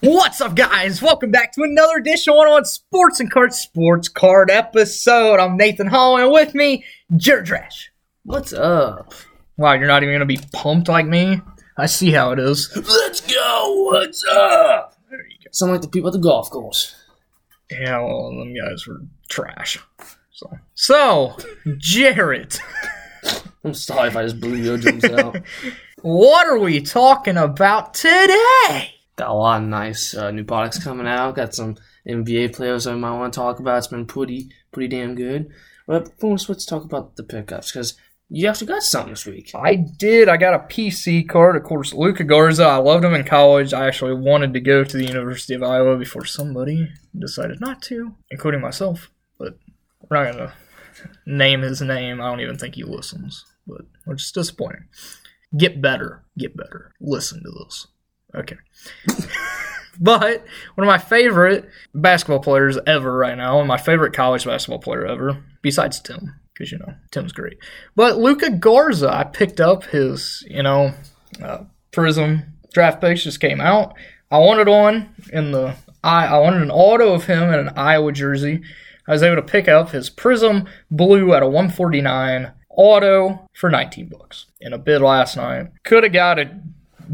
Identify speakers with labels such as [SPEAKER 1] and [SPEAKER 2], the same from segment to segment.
[SPEAKER 1] What's up, guys? Welcome back to another edition of One On Sports and Card Sports Card episode. I'm Nathan Hall, and with me, Jared Drash.
[SPEAKER 2] What's up?
[SPEAKER 1] Wow, you're not even gonna be pumped like me. I see how it is.
[SPEAKER 2] Let's go. What's up?
[SPEAKER 1] There you
[SPEAKER 2] Sound like the people at the golf course.
[SPEAKER 1] go. Yeah, well, them guys were trash. So, so Jared,
[SPEAKER 2] I'm sorry if I just blew your drums out.
[SPEAKER 1] what are we talking about today?
[SPEAKER 2] Got a lot of nice uh, new products coming out. Got some NBA players I might want to talk about. It's been pretty, pretty damn good. But first, let's talk about the pickups because you actually got something this week.
[SPEAKER 1] I did. I got a PC card. Of course, Luca Garza. I loved him in college. I actually wanted to go to the University of Iowa before somebody decided not to, including myself. But we're not going to name his name. I don't even think he listens, but which is disappointing. Get better. Get better. Listen to this. Okay. but one of my favorite basketball players ever right now, and my favorite college basketball player ever, besides Tim, because, you know, Tim's great. But Luca Garza, I picked up his, you know, uh, Prism draft picks just came out. I wanted one in the I, I wanted an auto of him in an Iowa jersey. I was able to pick up his Prism Blue at a 149 auto for 19 bucks in a bid last night. Could have got a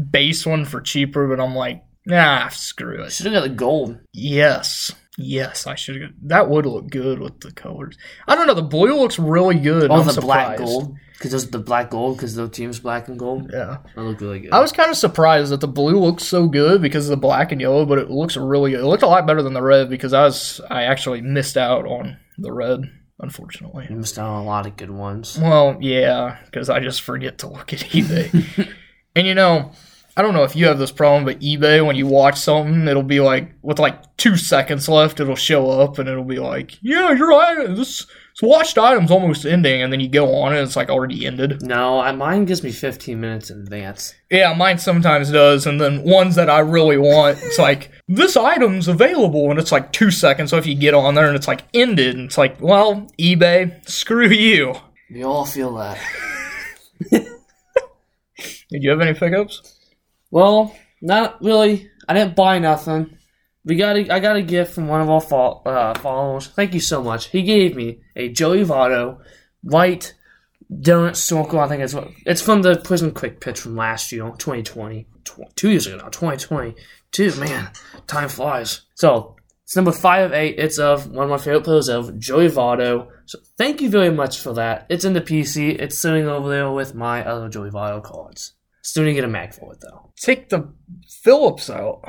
[SPEAKER 1] base one for cheaper, but I'm like, nah, screw it.
[SPEAKER 2] Should have got the gold.
[SPEAKER 1] Yes. Yes, I should. That would look good with the colors. I don't know. The blue looks really good.
[SPEAKER 2] Oh,
[SPEAKER 1] I'm
[SPEAKER 2] the black
[SPEAKER 1] surprised.
[SPEAKER 2] gold because those the black gold because the team's black and gold.
[SPEAKER 1] Yeah.
[SPEAKER 2] That looked really good.
[SPEAKER 1] I was kind of surprised that the blue looks so good because of the black and yellow, but it looks really good. It looked a lot better than the red because I was I actually missed out on the red, unfortunately.
[SPEAKER 2] You missed out on a lot of good ones.
[SPEAKER 1] Well, yeah, because I just forget to look at eBay. and you know, I don't know if you have this problem, but eBay, when you watch something, it'll be like with like two seconds left, it'll show up and it'll be like, "Yeah, you're right. This, this watched item's almost ending," and then you go on and it's like already ended.
[SPEAKER 2] No, I, mine gives me 15 minutes in advance.
[SPEAKER 1] Yeah, mine sometimes does, and then ones that I really want, it's like this item's available, and it's like two seconds. So if you get on there and it's like ended, and it's like, well, eBay, screw you.
[SPEAKER 2] We all feel that.
[SPEAKER 1] Did you have any pickups?
[SPEAKER 2] Well, not really. I didn't buy nothing. We got a, I got a gift from one of our fol- uh, followers. Thank you so much. He gave me a Joey Votto white donut circle. I think it's what it's from the Prison Quick Pitch from last year, 2020, tw- two years ago now, 2022. Man, time flies. So it's number five of eight. It's of one of my favorite players of Joey Votto. So thank you very much for that. It's in the PC. It's sitting over there with my other Joey Votto cards. Still need to get a mag for it though.
[SPEAKER 1] Take the Phillips out.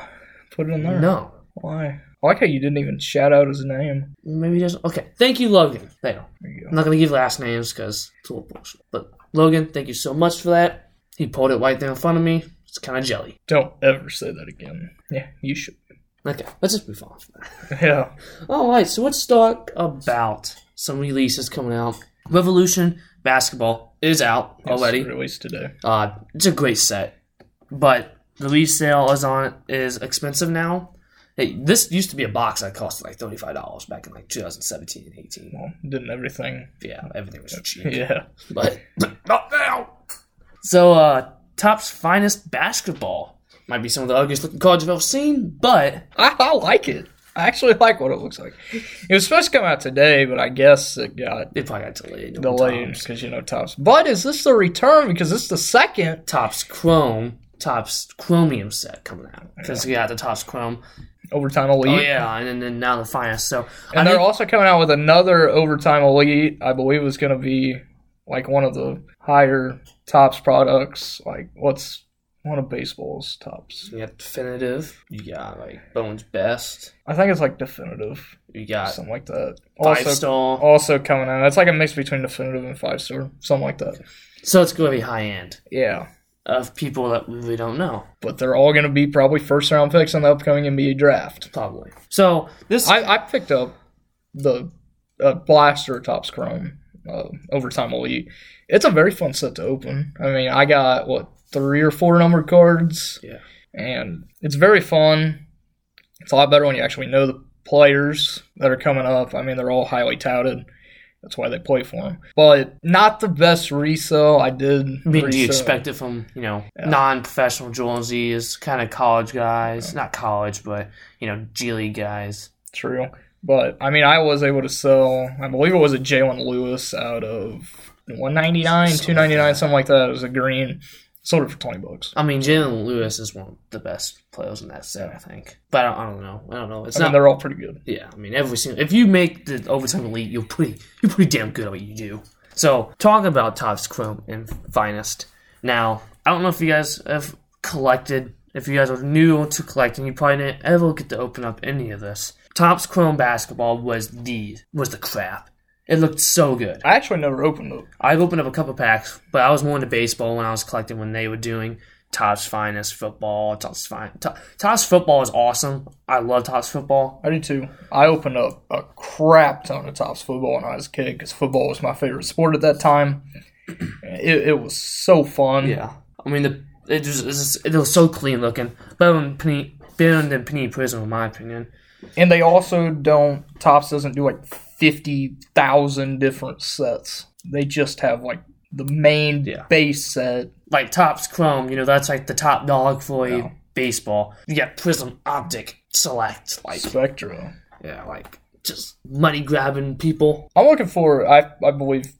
[SPEAKER 1] Put it in there.
[SPEAKER 2] No.
[SPEAKER 1] Why? I like how you didn't even shout out his name.
[SPEAKER 2] Maybe he doesn't. Okay. Thank you, Logan. There.
[SPEAKER 1] There you
[SPEAKER 2] I'm
[SPEAKER 1] go.
[SPEAKER 2] not going to give last names because it's a little bullshit. But Logan, thank you so much for that. He pulled it right there in front of me. It's kind of jelly.
[SPEAKER 1] Don't ever say that again. Yeah, you should.
[SPEAKER 2] Okay. Let's just move on from that.
[SPEAKER 1] Yeah.
[SPEAKER 2] All right. So let's talk about some releases coming out. Revolution Basketball is out already.
[SPEAKER 1] It's released today.
[SPEAKER 2] Uh, it's a great set, but the resale is on is expensive now. Hey, this used to be a box that cost like thirty five dollars back in like 2017 and 18.
[SPEAKER 1] Well, didn't everything.
[SPEAKER 2] Yeah, everything was cheap.
[SPEAKER 1] Yeah.
[SPEAKER 2] but not now. So, uh, Top's finest basketball might be some of the ugliest looking cards you've ever seen, but
[SPEAKER 1] I, I like it. I actually like what it looks like. It was supposed to come out today, but I guess it got
[SPEAKER 2] they probably got delayed. over
[SPEAKER 1] delayed
[SPEAKER 2] Topps.
[SPEAKER 1] because, you know, tops. But is this the return? Because it's the second.
[SPEAKER 2] Top's Chrome, Top's Chromium set coming out because we got the Top's Chrome.
[SPEAKER 1] Overtime Elite.
[SPEAKER 2] Oh yeah, and then, then now the finest. So
[SPEAKER 1] And
[SPEAKER 2] I
[SPEAKER 1] they're
[SPEAKER 2] think
[SPEAKER 1] also coming out with another overtime elite. I believe is going to be like one of the higher tops products. Like what's one of baseball's tops?
[SPEAKER 2] you got definitive. You got like Bones Best.
[SPEAKER 1] I think it's like definitive,
[SPEAKER 2] You got
[SPEAKER 1] something like that.
[SPEAKER 2] five
[SPEAKER 1] Also,
[SPEAKER 2] star.
[SPEAKER 1] also coming out. It's like a mix between definitive and five star, something like that.
[SPEAKER 2] So it's going to be high end
[SPEAKER 1] Yeah,
[SPEAKER 2] of people that we really don't know,
[SPEAKER 1] but they're all going to be probably first round picks in the upcoming NBA draft.
[SPEAKER 2] probably. So this
[SPEAKER 1] I, I picked up the uh, blaster tops chrome uh, overtime elite. It's a very fun set to open. I mean, I got what three or four number cards,
[SPEAKER 2] yeah.
[SPEAKER 1] and it's very fun. It's a lot better when you actually know the players that are coming up. I mean, they're all highly touted. That's why they play for him. But not the best resell I did.
[SPEAKER 2] I mean, do
[SPEAKER 1] resell.
[SPEAKER 2] you expect it from you know
[SPEAKER 1] Yeah.
[SPEAKER 2] non-professional Joneses, kind of college guys? Not college, but you know G League guys.
[SPEAKER 1] True. But I mean, I was able to sell. I believe it was a Jalen Lewis out of 199,
[SPEAKER 2] Something
[SPEAKER 1] 299, something like that. It was a green. Sold it for 20 bucks.
[SPEAKER 2] I mean, Jalen Lewis is one of the best players in that set, I think. But I don't, I don't know. I don't know. It's
[SPEAKER 1] I mean,
[SPEAKER 2] not.
[SPEAKER 1] they're all pretty good.
[SPEAKER 2] Yeah, I mean, every single. If you make the overtime elite, you're pretty. You're pretty damn good at what you do. So, talk about Topps Chrome and Finest. Now, I don't know if you guys have collected. If you guys are new to collecting, you probably didn't ever get to open up any of this. Topps Chrome basketball was the was the crap. It looked so good.
[SPEAKER 1] I actually never opened it.
[SPEAKER 2] I've opened up a couple packs, but I was more into baseball when I was collecting when they were doing Topps Finest football. Topps Fine, Top, Topps football is awesome. I love Topps football.
[SPEAKER 1] I do too. I opened up a crap ton of tops football when I was a kid because football was my favorite sport at that time. It, it was so fun.
[SPEAKER 2] Yeah, I mean the it was, it was, it was so clean looking, better than Penny, better than Penny Prison in my opinion.
[SPEAKER 1] And they also don't, Tops doesn't do like 50,000 different sets. They just have like the main
[SPEAKER 2] Yeah.
[SPEAKER 1] base set.
[SPEAKER 2] Like Topps Chrome, you know that's like the top dog for a baseball. You got Prism Optic Select, like
[SPEAKER 1] Spectrum.
[SPEAKER 2] yeah, like just money grabbing people.
[SPEAKER 1] I'm looking for. I I believe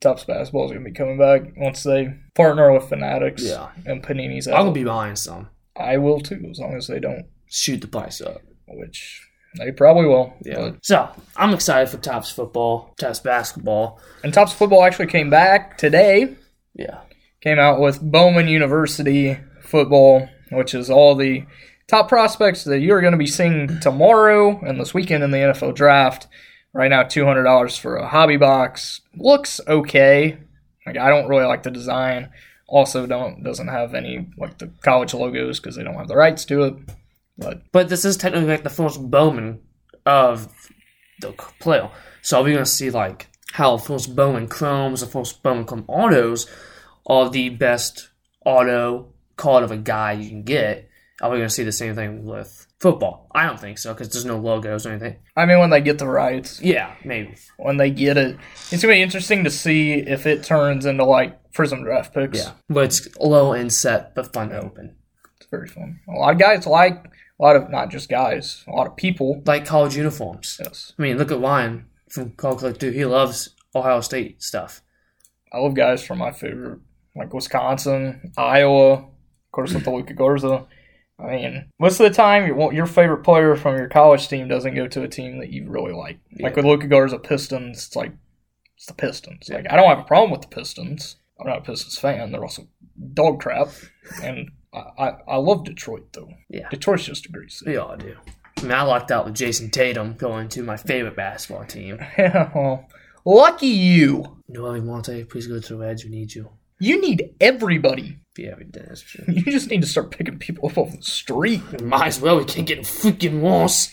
[SPEAKER 1] Topps basketball is going to be coming back once they partner with Fanatics.
[SPEAKER 2] Yeah.
[SPEAKER 1] and Panini's.
[SPEAKER 2] I'm gonna
[SPEAKER 1] Out.
[SPEAKER 2] be buying some.
[SPEAKER 1] I will too, as long as they don't,
[SPEAKER 2] Shoot the price up.
[SPEAKER 1] which they probably will.
[SPEAKER 2] Yeah.
[SPEAKER 1] but-
[SPEAKER 2] So I'm excited for Topps football, Topps basketball.
[SPEAKER 1] and Topps football actually came back today.
[SPEAKER 2] Yeah.
[SPEAKER 1] Came out with Bowman University football, which is all the top prospects that you're going to be seeing tomorrow and this weekend in the NFL draft. Right now, two hundred dollars for a hobby box looks okay. Like I don't really like the design. Also, don't doesn't have any like the college logos because they don't have the rights to it. But
[SPEAKER 2] But this is technically like the first Bowman of the c- player. So we're gonna see like how first Bowman Chromes, the first Bowman Chrome autos are the best auto card of a guy you can get. Are we gonna see the same thing with football? I don't think so because there's no logos or anything.
[SPEAKER 1] I mean, when they get the rights,
[SPEAKER 2] Yeah, maybe.
[SPEAKER 1] when they get it, it's gonna be interesting to see if it turns into like Prism draft picks.
[SPEAKER 2] Yeah, but it's low end set but fun to open.
[SPEAKER 1] It's very fun. A lot of guys like a lot of not just guys, a lot of people.
[SPEAKER 2] Like college uniforms.
[SPEAKER 1] Yes,
[SPEAKER 2] I mean, look at Ryan from Call Collect He loves Ohio State stuff.
[SPEAKER 1] I love guys from my favorite like Wisconsin, Iowa, of course with the Luca Garza. I mean, most of the time, your your favorite player from your college team doesn't go to a team that you really like. Like with Luca Garza, Pistons. It's like it's the Pistons. Like I don't have a problem with the Pistons. I'm not a Pistons fan. They're also dog crap, and I I, I love Detroit though.
[SPEAKER 2] Yeah.
[SPEAKER 1] Detroit's just a great city.
[SPEAKER 2] We all do. I mean, I lucked out with Jason Tatum going to my favorite basketball team.
[SPEAKER 1] Yeah, well, lucky you.
[SPEAKER 2] Noel Monte, please go to the Reds. We need you.
[SPEAKER 1] You need everybody.
[SPEAKER 2] Yeah, we did. That's true.
[SPEAKER 1] You just need to start picking people up off the street.
[SPEAKER 2] Might as well. We can't get freaking worse.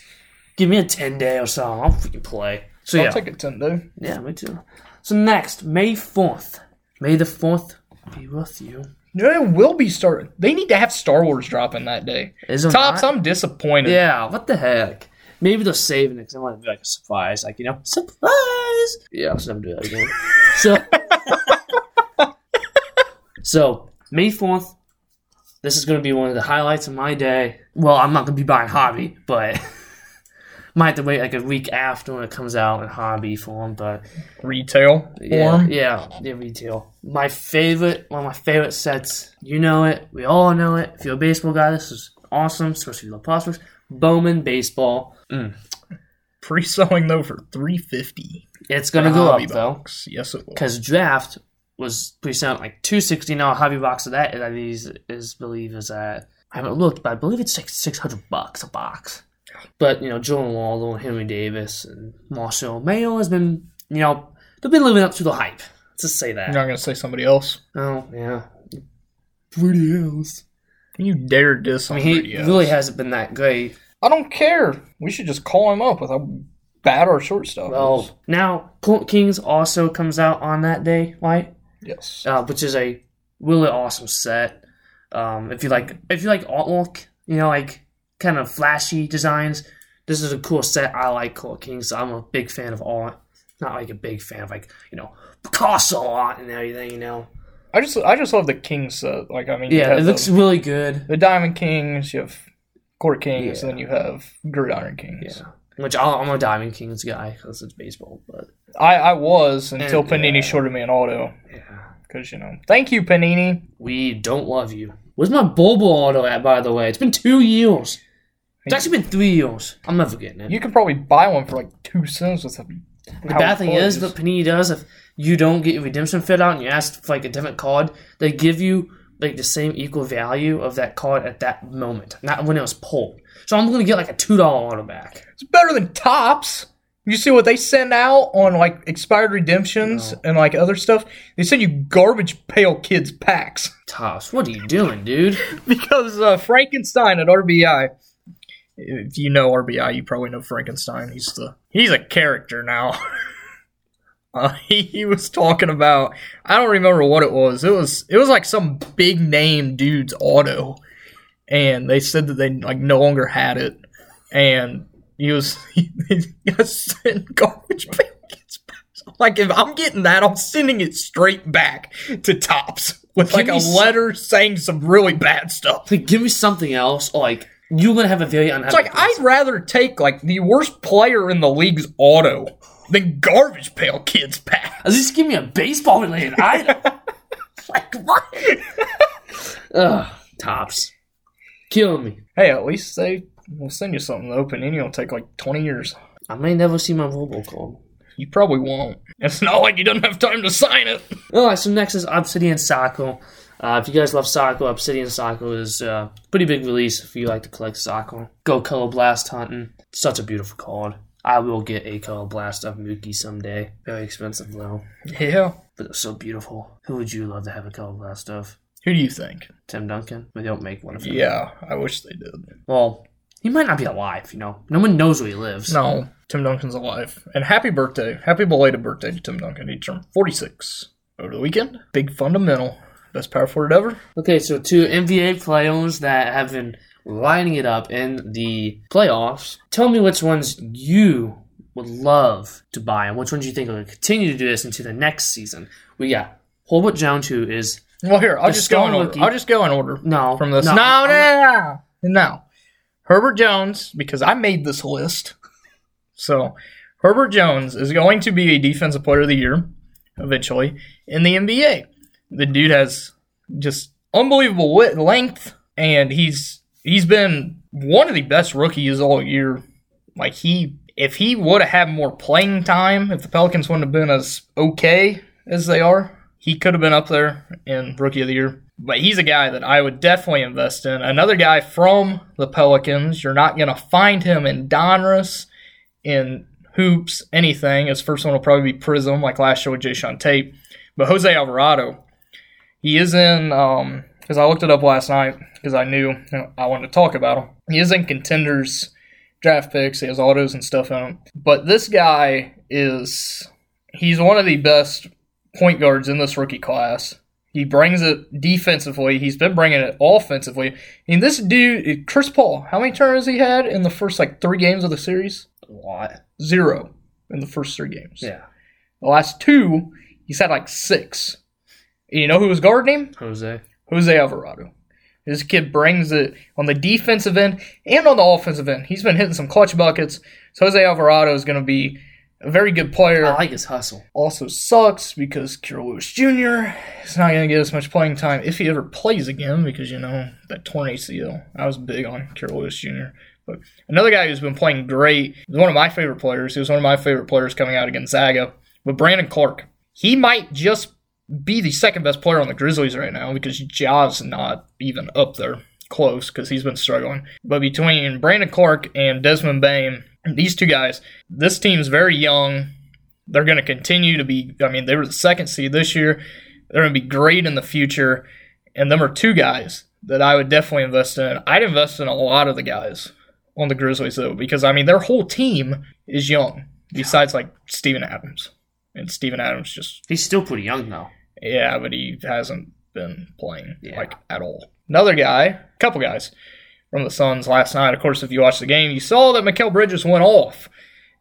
[SPEAKER 2] Give me a 10 day or so. I'll freaking play. So, yeah.
[SPEAKER 1] I'll take a Tendo.
[SPEAKER 2] yeah, me too. So, next, May 4th. May the 4th be with you.
[SPEAKER 1] They will be starting. They need to have Star Wars dropping that day.
[SPEAKER 2] Is it
[SPEAKER 1] Tops,
[SPEAKER 2] not?
[SPEAKER 1] I'm disappointed.
[SPEAKER 2] Yeah, what the heck? Maybe they're saving it because I want to be like a surprise, like you know, surprise. Yeah, I'll just never do that again. so, so May fourth. This is going to be one of the highlights of my day. Well, I'm not going to be buying hobby, but might have to wait like a week after when it comes out in hobby form. But
[SPEAKER 1] Retail
[SPEAKER 2] yeah,
[SPEAKER 1] form.
[SPEAKER 2] yeah, yeah, retail. My favorite, one of my favorite sets. You know it. We all know it. If you're a baseball guy, this is awesome, especially if you love prospects. Bowman baseball.
[SPEAKER 1] Mm. Pre-selling though for 350.
[SPEAKER 2] It's gonna go
[SPEAKER 1] Hobby
[SPEAKER 2] up though,
[SPEAKER 1] box. Yes, it will.
[SPEAKER 2] because draft was pretty sound like two sixty now. Hobby box of that is I is, is believe is at I haven't looked, but I believe it's like six hundred bucks a box. But you know, Jordan Waldo and Henry Davis and Marshall Mayo has been you know they've been living up to the hype. Let's just say that.
[SPEAKER 1] You're not gonna say somebody else.
[SPEAKER 2] Oh yeah, pretty else.
[SPEAKER 1] You dare diss
[SPEAKER 2] I mean,
[SPEAKER 1] somebody
[SPEAKER 2] he
[SPEAKER 1] else.
[SPEAKER 2] really hasn't been that great.
[SPEAKER 1] I don't care. We should just call him up with how bad our shortstop is.
[SPEAKER 2] Well, now Colt Kings also comes out on that day, right?
[SPEAKER 1] Yes.
[SPEAKER 2] uh, which is a really awesome set. Um, if you like, if you like artwork, you know, like kind of flashy designs, this is a cool set. I like Court Kings. I'm a big fan of art. Not like a big fan of like you know Picasso art and everything. You know.
[SPEAKER 1] I just I just love the king set. Like I mean, you
[SPEAKER 2] Yeah,
[SPEAKER 1] have
[SPEAKER 2] it looks
[SPEAKER 1] the,
[SPEAKER 2] really good.
[SPEAKER 1] the diamond kings. You have court kings, and then you have gridiron kings.
[SPEAKER 2] Yeah. Which I'll, I'm a Diamond Kings guy because it's baseball, but
[SPEAKER 1] I I was until
[SPEAKER 2] And, uh,
[SPEAKER 1] Panini
[SPEAKER 2] yeah.
[SPEAKER 1] shorted me an auto
[SPEAKER 2] yeah.
[SPEAKER 1] because you know. Thank you, Panini.
[SPEAKER 2] We don't love you. Where's my Bulbul auto at, by the way? It's been two years. It's actually been three years. I'm never getting it.
[SPEAKER 1] You can probably buy one for like two cents with a.
[SPEAKER 2] the bad thing is, what Panini does, if you don't get your redemption fit out and you ask for like a different card, they give you like the same equal value of that card at that moment, not when it was pulled. So I'm gonna get like a two dollar auto back.
[SPEAKER 1] it's better than tops. You see what they send out on like expired redemptions and like other stuff. They send you garbage pail kids packs.
[SPEAKER 2] Tops, what are you doing, dude?
[SPEAKER 1] because uh, Frankenstein at RBI. If you know RBI, you probably know Frankenstein. He's the he's a character now. uh, he, he was talking about I don't remember what it was. It was it was like some big name dude's auto, and they said that they like no longer had it, and he was he, got sent garbage packets. Like if I'm getting that, I'm sending it straight back to Tops with
[SPEAKER 2] Give
[SPEAKER 1] like
[SPEAKER 2] me
[SPEAKER 1] a
[SPEAKER 2] some-
[SPEAKER 1] letter saying some really bad stuff.
[SPEAKER 2] Like, give me something else, or like you're gonna have a very unhappy.
[SPEAKER 1] It's like I'd rather take like the worst player in the league's auto than garbage pail kids pass.
[SPEAKER 2] At least give me a baseball related item. like what? Ugh, tops. Kill me.
[SPEAKER 1] Hey, at least they will send you something to open, and you'll take like twenty years.
[SPEAKER 2] I may never see my mobile call.
[SPEAKER 1] You probably won't. It's not like you don't have time to sign it.
[SPEAKER 2] Alright, so next is Obsidian Cycle. Uh, if you guys love Cycle, Obsidian Cycle is a uh, pretty big release if you like to collect Cycle. Go Color Blast hunting. Such a beautiful card. I will get a Color Blast of Mookie someday. Very expensive though,
[SPEAKER 1] Yeah.
[SPEAKER 2] but it's so beautiful. Who would you love to have a Color Blast of?
[SPEAKER 1] Who do you think?
[SPEAKER 2] Tim Duncan? They don't make one of them.
[SPEAKER 1] Yeah, I wish they did.
[SPEAKER 2] Well, he might not be alive, you know. No one knows where he lives.
[SPEAKER 1] No, Tim Duncan's alive. And happy birthday. Happy belated birthday to Tim Duncan. He turned 46 over the weekend. Big fundamental. Best power forward ever.
[SPEAKER 2] Okay, so two NBA players that have been lining it up in the playoffs. Tell me which ones you would love to buy and which ones you think are going to continue to do this into the next season. We got Holbert Jones, who is
[SPEAKER 1] Well, here, I'll
[SPEAKER 2] The
[SPEAKER 1] just go in
[SPEAKER 2] star
[SPEAKER 1] order.
[SPEAKER 2] rookie.
[SPEAKER 1] I'll just go in order
[SPEAKER 2] no
[SPEAKER 1] from this. No,
[SPEAKER 2] No,
[SPEAKER 1] no,
[SPEAKER 2] I'm not-
[SPEAKER 1] no, no. Herbert Jones, because I made this list. So, Herbert Jones is going to be a defensive player of the year eventually in the NBA. The dude has just unbelievable wit length, and he's he's been one of the best rookies all year. Like he, if he would have had more playing time, if the Pelicans wouldn't have been as okay as they are, he could have been up there in rookie of the year. But he's a guy that I would definitely invest in. Another guy from the Pelicans, you're not gonna find him in Donruss, in hoops, anything. His first one will probably be Prism, like last year with Jay Sean Tate. But Jose Alvarado, he is in, um, because I looked it up last night because I knew you know, I wanted to talk about him. He is in contenders draft picks. He has autos and stuff in him. But this guy is, he's one of the best point guards in this rookie class. He brings it defensively. He's been bringing it offensively. And this dude, Chris Paul, how many turnovers he had in the first like three games of the series?
[SPEAKER 2] a lot.
[SPEAKER 1] zero in the first three games.
[SPEAKER 2] Yeah,
[SPEAKER 1] The last two, he's had like six. And you know who was guarding him?
[SPEAKER 2] Jose.
[SPEAKER 1] Jose Alvarado. This kid brings it on the defensive end and on the offensive end. He's been hitting some clutch buckets. So Jose Alvarado is going to be a very good player.
[SPEAKER 2] I like his hustle.
[SPEAKER 1] Also sucks because Kira Lewis Jr. is not going to get as much playing time if he ever plays again because, you know, that torn ACL. I was big on Kira Lewis Jr. But another guy who's been playing great, he's one of my favorite players. He was one of my favorite players coming out against Zaga. But Brandon Clark, he might just be the second best player on the Grizzlies right now because Ja's not even up there close because he's been struggling. But between Brandon Clark and Desmond Bain, these two guys, this team's very young they're going to continue to be. I mean, they were the second seed this year. They're going to be great in the future. And them are two guys that I would definitely invest in. I'd invest in a lot of the guys on the Grizzlies, though, because, I mean, their whole team is young, besides, like, Steven Adams. And Steven Adams just
[SPEAKER 2] He's still pretty young though.
[SPEAKER 1] yeah, but he hasn't been playing
[SPEAKER 2] Yeah.
[SPEAKER 1] like at all. Another guy, couple guys from the Suns last night. Of course, if you watched the game, you saw that Mikel Bridges went off,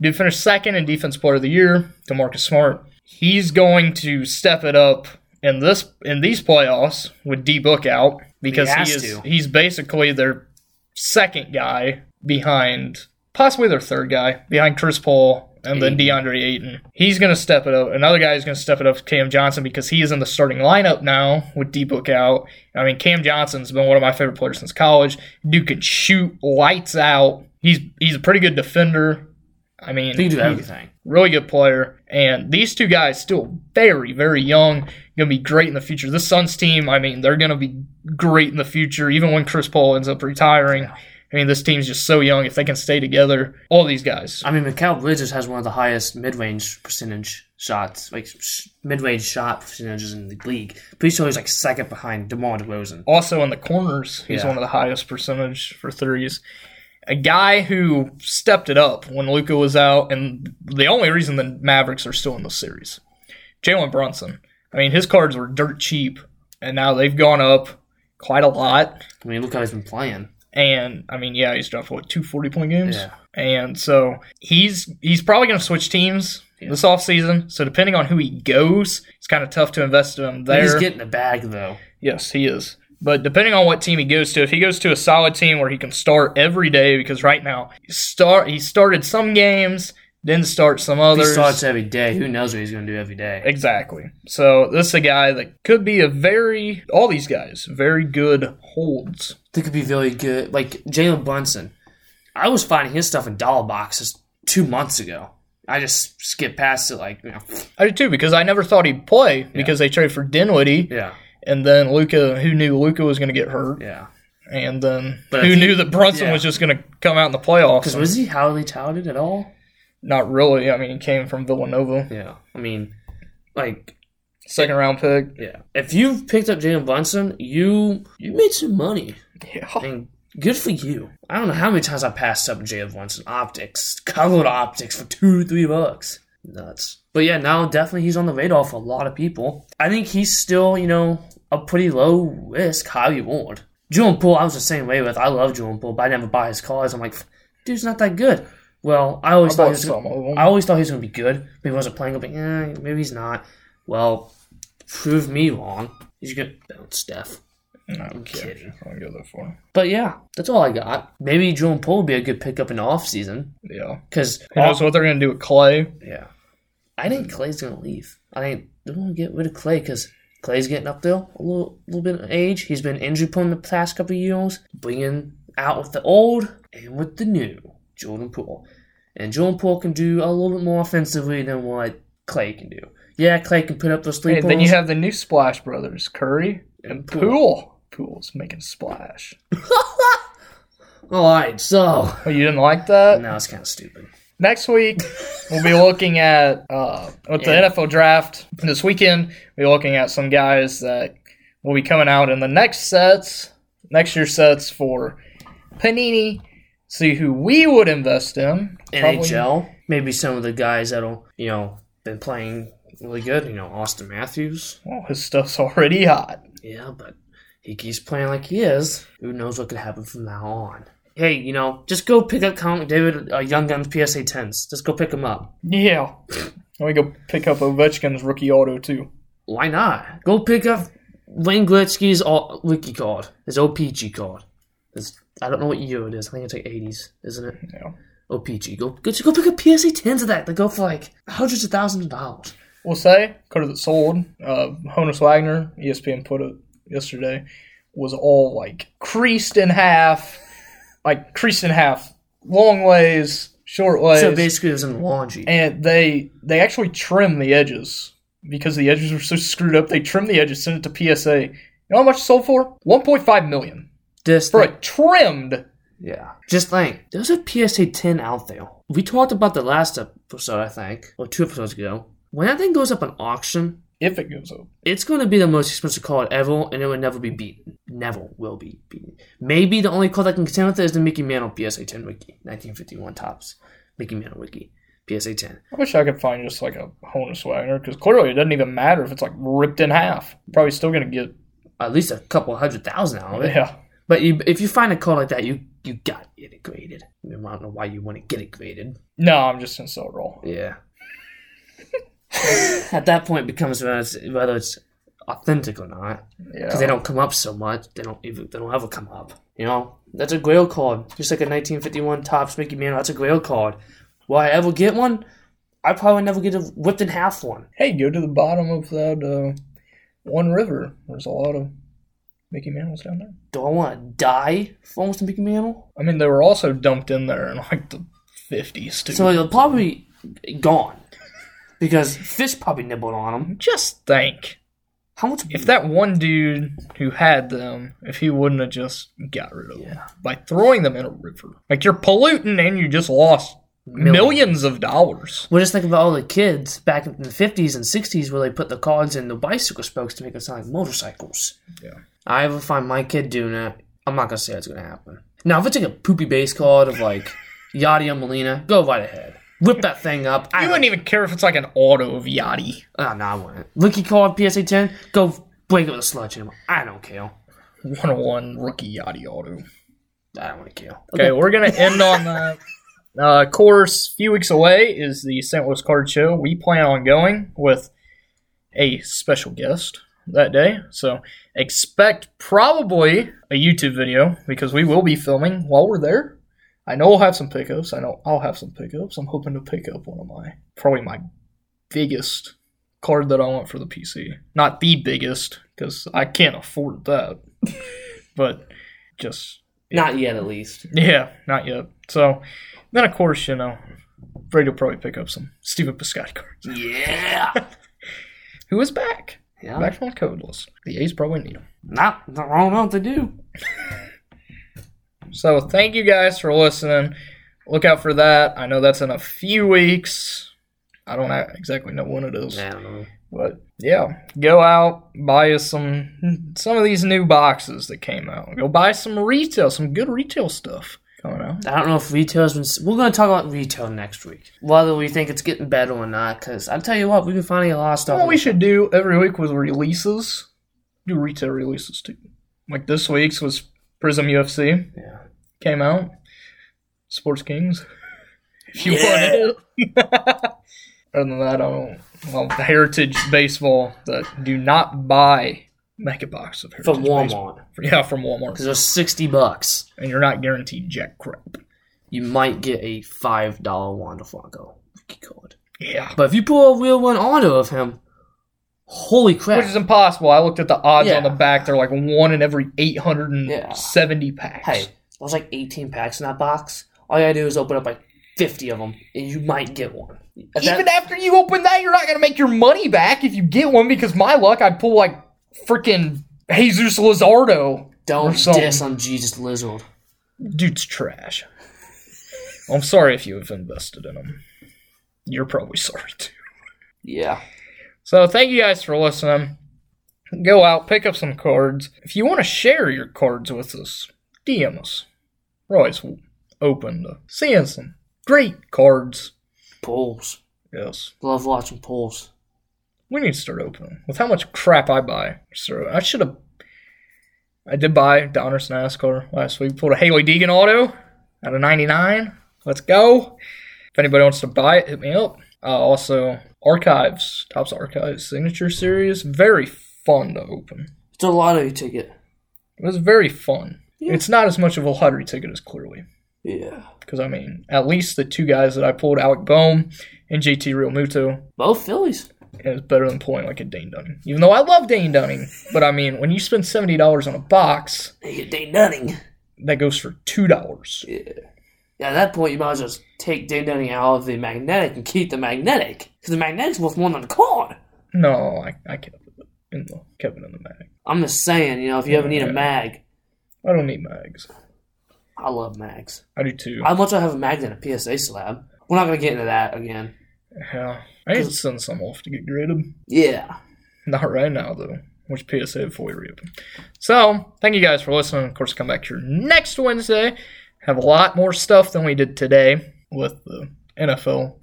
[SPEAKER 1] Did finish second in defense player of the year to Marcus Smart. He's going to step it up in this in these playoffs with D Book out because he, is
[SPEAKER 2] has to.
[SPEAKER 1] he's basically their second guy behind possibly their third guy behind Chris Paul and then DeAndre Ayton. He's going to step it up. Another guy is going to step it up is Cam Johnson because he is in the starting lineup now with D Book out. I mean, Cam Johnson's been one of my favorite players since college. Dude can shoot lights out. He's he's a pretty good defender. I mean,
[SPEAKER 2] He can do
[SPEAKER 1] he-
[SPEAKER 2] everything.
[SPEAKER 1] really good player. And these two guys still very, very young, gonna be great in the future. This Suns team, I mean, they're gonna be great in the future, even when Chris Paul ends up retiring. I mean, this team's just so young. If they can stay together, all these guys.
[SPEAKER 2] I mean, Mikal Bridges has one of the highest mid-range percentage shots, like sh- mid-range shot percentages in the league. Pretty sure he's like second behind DeMar DeRozan.
[SPEAKER 1] Also in the corners, he's
[SPEAKER 2] Yeah.
[SPEAKER 1] one of the highest percentage for threes. A guy who stepped it up when Luca was out, and the only reason the Mavericks are still in the series. Jalen Brunson. I mean, his cards were dirt cheap, and now they've gone up quite a lot.
[SPEAKER 2] I mean, look how he's been playing.
[SPEAKER 1] and I mean, yeah, he's dropped what two 40 point games,
[SPEAKER 2] Yeah.
[SPEAKER 1] and so he's he's probably going to switch teams this offseason. So depending on who he goes, it's kind of tough to invest in him there.
[SPEAKER 2] He's getting a bag though.
[SPEAKER 1] yes, he is. But depending on what team he goes to, if he goes to a solid team where he can start every day, because right now he start he started some games, didn't start some
[SPEAKER 2] If
[SPEAKER 1] others.
[SPEAKER 2] He starts every day. Who knows what he's going to do every day?
[SPEAKER 1] Exactly. So this is a guy that could be a very all these guys very good holds.
[SPEAKER 2] They could be really good. Like Jalen Brunson. I was finding his stuff in dollar boxes two months ago. I just skipped past it. Like, you know,
[SPEAKER 1] I did too because I never thought he'd play because they traded for Dinwiddie
[SPEAKER 2] yeah,
[SPEAKER 1] and then Luca, who knew Luca was going to get hurt,
[SPEAKER 2] yeah.
[SPEAKER 1] and then
[SPEAKER 2] But
[SPEAKER 1] who
[SPEAKER 2] if he-
[SPEAKER 1] knew that Brunson
[SPEAKER 2] yeah.
[SPEAKER 1] was just going to come out in the playoffs?
[SPEAKER 2] Because was he highly touted at all?
[SPEAKER 1] Not really. I mean, he came from Villanova,
[SPEAKER 2] Yeah. I mean, like
[SPEAKER 1] second round pick.
[SPEAKER 2] Yeah. If you've picked up Jalen Brunson, you you made some money.
[SPEAKER 1] Yeah,
[SPEAKER 2] And good for you. I don't know how many times I passed up Jalen Brunson optics, colored optics for two to three bucks. Nuts. But yeah, now definitely he's on the radar for a lot of people. I think he's still, you know, a pretty low risk, high reward. Julian Poole, I was the same way with. I love Julian Poole, but I never buy his cars. I'm like, dude's not that good. Well, I always thought he
[SPEAKER 1] bought some
[SPEAKER 2] was
[SPEAKER 1] of them.
[SPEAKER 2] I always thought he was going to be good, but he wasn't playing. I'm like, eh, maybe he's not. Well, prove me wrong. He's going to bounce Steph.
[SPEAKER 1] No, I'm
[SPEAKER 2] kidding.
[SPEAKER 1] I don't go that far.
[SPEAKER 2] But yeah, that's all I got. Maybe Jordan Poole would be a good pickup in the offseason.
[SPEAKER 1] Yeah,
[SPEAKER 2] Because,
[SPEAKER 1] who knows what they're going to do with Clay?
[SPEAKER 2] yeah. I think Clay's going to leave. I think they're going to get rid of Clay because Clay's getting up there a little, little bit of age. He's been injury prone the past couple of years, bringing out with the old and with the new Jordan Poole. And Jordan Poole can do a little bit more offensively than what Clay can do. Yeah, Clay can put up those three
[SPEAKER 1] Hey,
[SPEAKER 2] points.
[SPEAKER 1] then you have the new Splash Brothers, Curry and
[SPEAKER 2] Poole.
[SPEAKER 1] Poole. Poole's making a splash.
[SPEAKER 2] All right, so
[SPEAKER 1] Oh, you didn't like that?
[SPEAKER 2] now it's kind of stupid.
[SPEAKER 1] Next week, we'll be looking at uh, with
[SPEAKER 2] Yeah.
[SPEAKER 1] the NFL draft this weekend. We'll be looking at some guys that will be coming out in the next sets, next year's sets for Panini. See who we would invest in.
[SPEAKER 2] NHL, maybe some of the guys that'll you know been playing really good. You know, Austin Matthews.
[SPEAKER 1] Well, his stuff's already hot.
[SPEAKER 2] Yeah, but he keeps playing like he is. Who knows what could happen from now on? Hey, you know, just go pick up Colin David uh, Young Guns PSA tens. Just go pick them up.
[SPEAKER 1] Yeah. Let me go pick up Ovechkin's rookie auto too.
[SPEAKER 2] Why not? Go pick up Wayne Gretzky's all- rookie card. His OPG card. It's, I don't know what year it is. I think it's like eighties, isn't it?
[SPEAKER 1] Yeah.
[SPEAKER 2] OPG. Go go, go pick up PSA tens of that. They go for like hundreds of thousands of dollars.
[SPEAKER 1] We'll say card that sold. Uh, Honus Wagner, E ESPN put it yesterday, was all like creased in half, like creased in half, long ways, short ways,
[SPEAKER 2] So basically, it was in laundry.
[SPEAKER 1] and they they actually trimmed the edges because the edges were so screwed up. They trimmed the edges, sent it to PSA. You know how much it sold for? One point five million
[SPEAKER 2] Just
[SPEAKER 1] for
[SPEAKER 2] think,
[SPEAKER 1] a trimmed.
[SPEAKER 2] yeah. Just think, there's a PSA 10 out there. We talked about the last episode, I think, or two episodes ago. When that thing goes up on auction,
[SPEAKER 1] If it goes up,
[SPEAKER 2] it's going to be the most expensive card ever, and it will never be beaten. Never will be beaten. Maybe the only card that can contend with it is the Mickey Mantle PSA 10 Wiki, 1951 tops. Mickey Mantle Wiki, PSA 10.
[SPEAKER 1] I wish I could find just like a Honus Wagner because clearly it doesn't even matter if it's like ripped in half. Probably still gonna get
[SPEAKER 2] At least a couple hundred thousand out of it.
[SPEAKER 1] yeah.
[SPEAKER 2] But you, if you find a code like that, you you got to get it graded. I, mean, I don't know why you want to get it graded.
[SPEAKER 1] No, I'm just gonna sell it raw.
[SPEAKER 2] Yeah. At that point, it becomes whether it's, whether it's authentic or not, because they
[SPEAKER 1] Yeah.
[SPEAKER 2] don't come up so much. They don't even they don't ever come up. You know, that's a grail card, just like a 1951 Topps Mickey Mantle. That's a grail card. Will I ever get one? I probably never get a whipped in half one.
[SPEAKER 1] Hey, go to the bottom of that uh, one river. There's a lot of Mickey Mantles down there.
[SPEAKER 2] Do I want to die for almost a Mickey Mantle?
[SPEAKER 1] I mean, they were also dumped in there in like the 50s too.
[SPEAKER 2] So they'll probably gone because fish probably nibbled on them.
[SPEAKER 1] just think
[SPEAKER 2] How much?
[SPEAKER 1] if that one dude who had them, if he wouldn't have just got rid of them by throwing them in a river, like you're polluting and you just lost
[SPEAKER 2] Millions.
[SPEAKER 1] millions of dollars.
[SPEAKER 2] We're just thinking about all the kids back in the 50s and 60s where they put the cards in the bicycle spokes to make them sound like motorcycles.
[SPEAKER 1] Yeah.
[SPEAKER 2] I ever find my kid doing that, I'm not going to say that's going to happen. Now, if it's like a poopy base card of like Yadier Molina, go right ahead. Whip that thing up. I
[SPEAKER 1] You wouldn't even care if it's like an auto of Yachty.
[SPEAKER 2] Oh, no, I wouldn't. Rookie card, PSA 10, go break it with a sludge in him. I don't care.
[SPEAKER 1] 101 rookie Yachty auto.
[SPEAKER 2] I don't want to care.
[SPEAKER 1] Okay, we're gonna end on that. Uh, of course, few weeks away is the St. Louis Card Show. We plan on going with a special guest that day, so expect probably a YouTube video because we will be filming while we're there. I know I'll have some pickups. I know I'll have some pickups. I'm hoping to pick up one of my probably my biggest card that I want for the PC. Not the biggest because I can't afford that, but just
[SPEAKER 2] Not yet, at least.
[SPEAKER 1] yeah, not yet. So then, of course, you know, Brady will probably pick up some Stephen Piscotty cards.
[SPEAKER 2] Yeah.
[SPEAKER 1] Who is back?
[SPEAKER 2] yeah.
[SPEAKER 1] Back from the COVID list. The A's probably need him.
[SPEAKER 2] Not, not wrong know what to do.
[SPEAKER 1] So thank you guys for listening. Look out for that. I know that's in a few weeks. I don't a- exactly know when it is,
[SPEAKER 2] I don't know.
[SPEAKER 1] but yeah, go out buy us some some of these new boxes that came out. Go buy some retail, some good retail stuff coming out.
[SPEAKER 2] I don't know if retail's been. s- We're going to talk about retail next week, whether we think it's getting better or not. Because I'll tell you what, we've been finding a lot of stuff.
[SPEAKER 1] What we should do every week with releases, do retail releases too. Like this week's was Prism UFC
[SPEAKER 2] yeah.
[SPEAKER 1] came out, Sports Kings. If you
[SPEAKER 2] Yeah.
[SPEAKER 1] want it. Other than that, I don't. Well, Heritage Baseball that do not buy mega box of Heritage
[SPEAKER 2] from
[SPEAKER 1] Baseball.
[SPEAKER 2] Walmart
[SPEAKER 1] Yeah, from Walmart,
[SPEAKER 2] because they're sixty bucks.
[SPEAKER 1] and you're not guaranteed jack crap.
[SPEAKER 2] You might get a five dollar Wander Franco rookie card,
[SPEAKER 1] Yeah,
[SPEAKER 2] but if you pull a real one auto of him, holy crap!
[SPEAKER 1] which is impossible. I looked at the odds
[SPEAKER 2] Yeah.
[SPEAKER 1] on the back; they're like one in every 870 packs.
[SPEAKER 2] hey, there's like eighteen packs in that box. All you gotta do is open up like fifty of them, and you might get one. At that-
[SPEAKER 1] Even after you open that, you're not gonna make your money back if you get one because my luck, I pull like freaking Jesus Lazardo.
[SPEAKER 2] don't
[SPEAKER 1] something.
[SPEAKER 2] diss on Jesus Lizard.
[SPEAKER 1] Dude's trash. I'm sorry if you have invested in him. You're probably sorry too.
[SPEAKER 2] Yeah.
[SPEAKER 1] So thank you guys for listening. Go out, pick up some cards. If you want to share your cards with us, DM us. We're always open to seeing some great cards.
[SPEAKER 2] Pulls.
[SPEAKER 1] Yes.
[SPEAKER 2] Love watching pulls.
[SPEAKER 1] We need to start opening. With how much crap I buy, so I should have. I did buy Donner's NASCAR last week. Pulled a Haley Deegan auto out of 99. Let's go. If anybody wants to buy it, hit me up. Uh, also, Archives, Topps Archives Signature Series. Very fun to open.
[SPEAKER 2] It's a lottery ticket.
[SPEAKER 1] It was very fun. It's not as much of a lottery ticket as clearly.
[SPEAKER 2] Yeah.
[SPEAKER 1] Because, I mean, at least the two guys that I pulled, Alec Bohm and JT Realmuto,
[SPEAKER 2] Both Phillies.
[SPEAKER 1] is better than pulling like a Dane Dunning. Even though I love Dane Dunning, but I mean, when you spend seventy dollars on a box,
[SPEAKER 2] They get Dane Dunning.
[SPEAKER 1] that goes for two dollars.
[SPEAKER 2] Yeah, at that point, you might as well just take Dane Dunning out of the magnetic and keep the magnetic. Because the magnetic's worth more than the card.
[SPEAKER 1] No, I, I kept it in the Kevin in the mag.
[SPEAKER 2] I'm just saying, you know, if you ever need a mag,
[SPEAKER 1] I don't need mags.
[SPEAKER 2] I love mags.
[SPEAKER 1] I do too.
[SPEAKER 2] I'd much rather have a mag than a PSA slab. We're not going to get into that again.
[SPEAKER 1] Yeah, I need to send some off to get graded.
[SPEAKER 2] Yeah.
[SPEAKER 1] Not right now though. Which PSA before we reopen. So thank you guys for listening. Of course, come back here next Wednesday. Have a lot more stuff than we did today with the NFL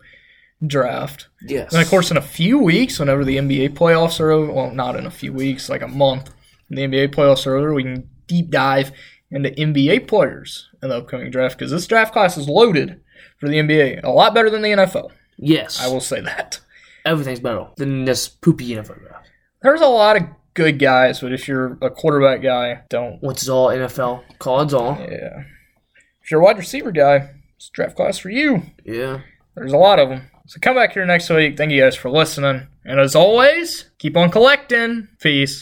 [SPEAKER 1] draft.
[SPEAKER 2] Yes.
[SPEAKER 1] And of course, in a few weeks, whenever the NBA playoffs are over, well, not in a few weeks, like a month, when the NBA playoffs are over, we can deep dive into NBA players in the upcoming draft because this draft class is loaded for the NBA. A lot better than the NFL.
[SPEAKER 2] Yes.
[SPEAKER 1] I will say that.
[SPEAKER 2] Everything's better than this poopy NFL draft.
[SPEAKER 1] There's a lot of good guys, but if you're a quarterback guy, don't.
[SPEAKER 2] Which is all NFL. College all.
[SPEAKER 1] Yeah. If you're a wide receiver guy, it's a draft class for you.
[SPEAKER 2] Yeah.
[SPEAKER 1] There's a lot of them. So come back here next week. Thank you guys for listening. And as always, keep on collecting. Peace.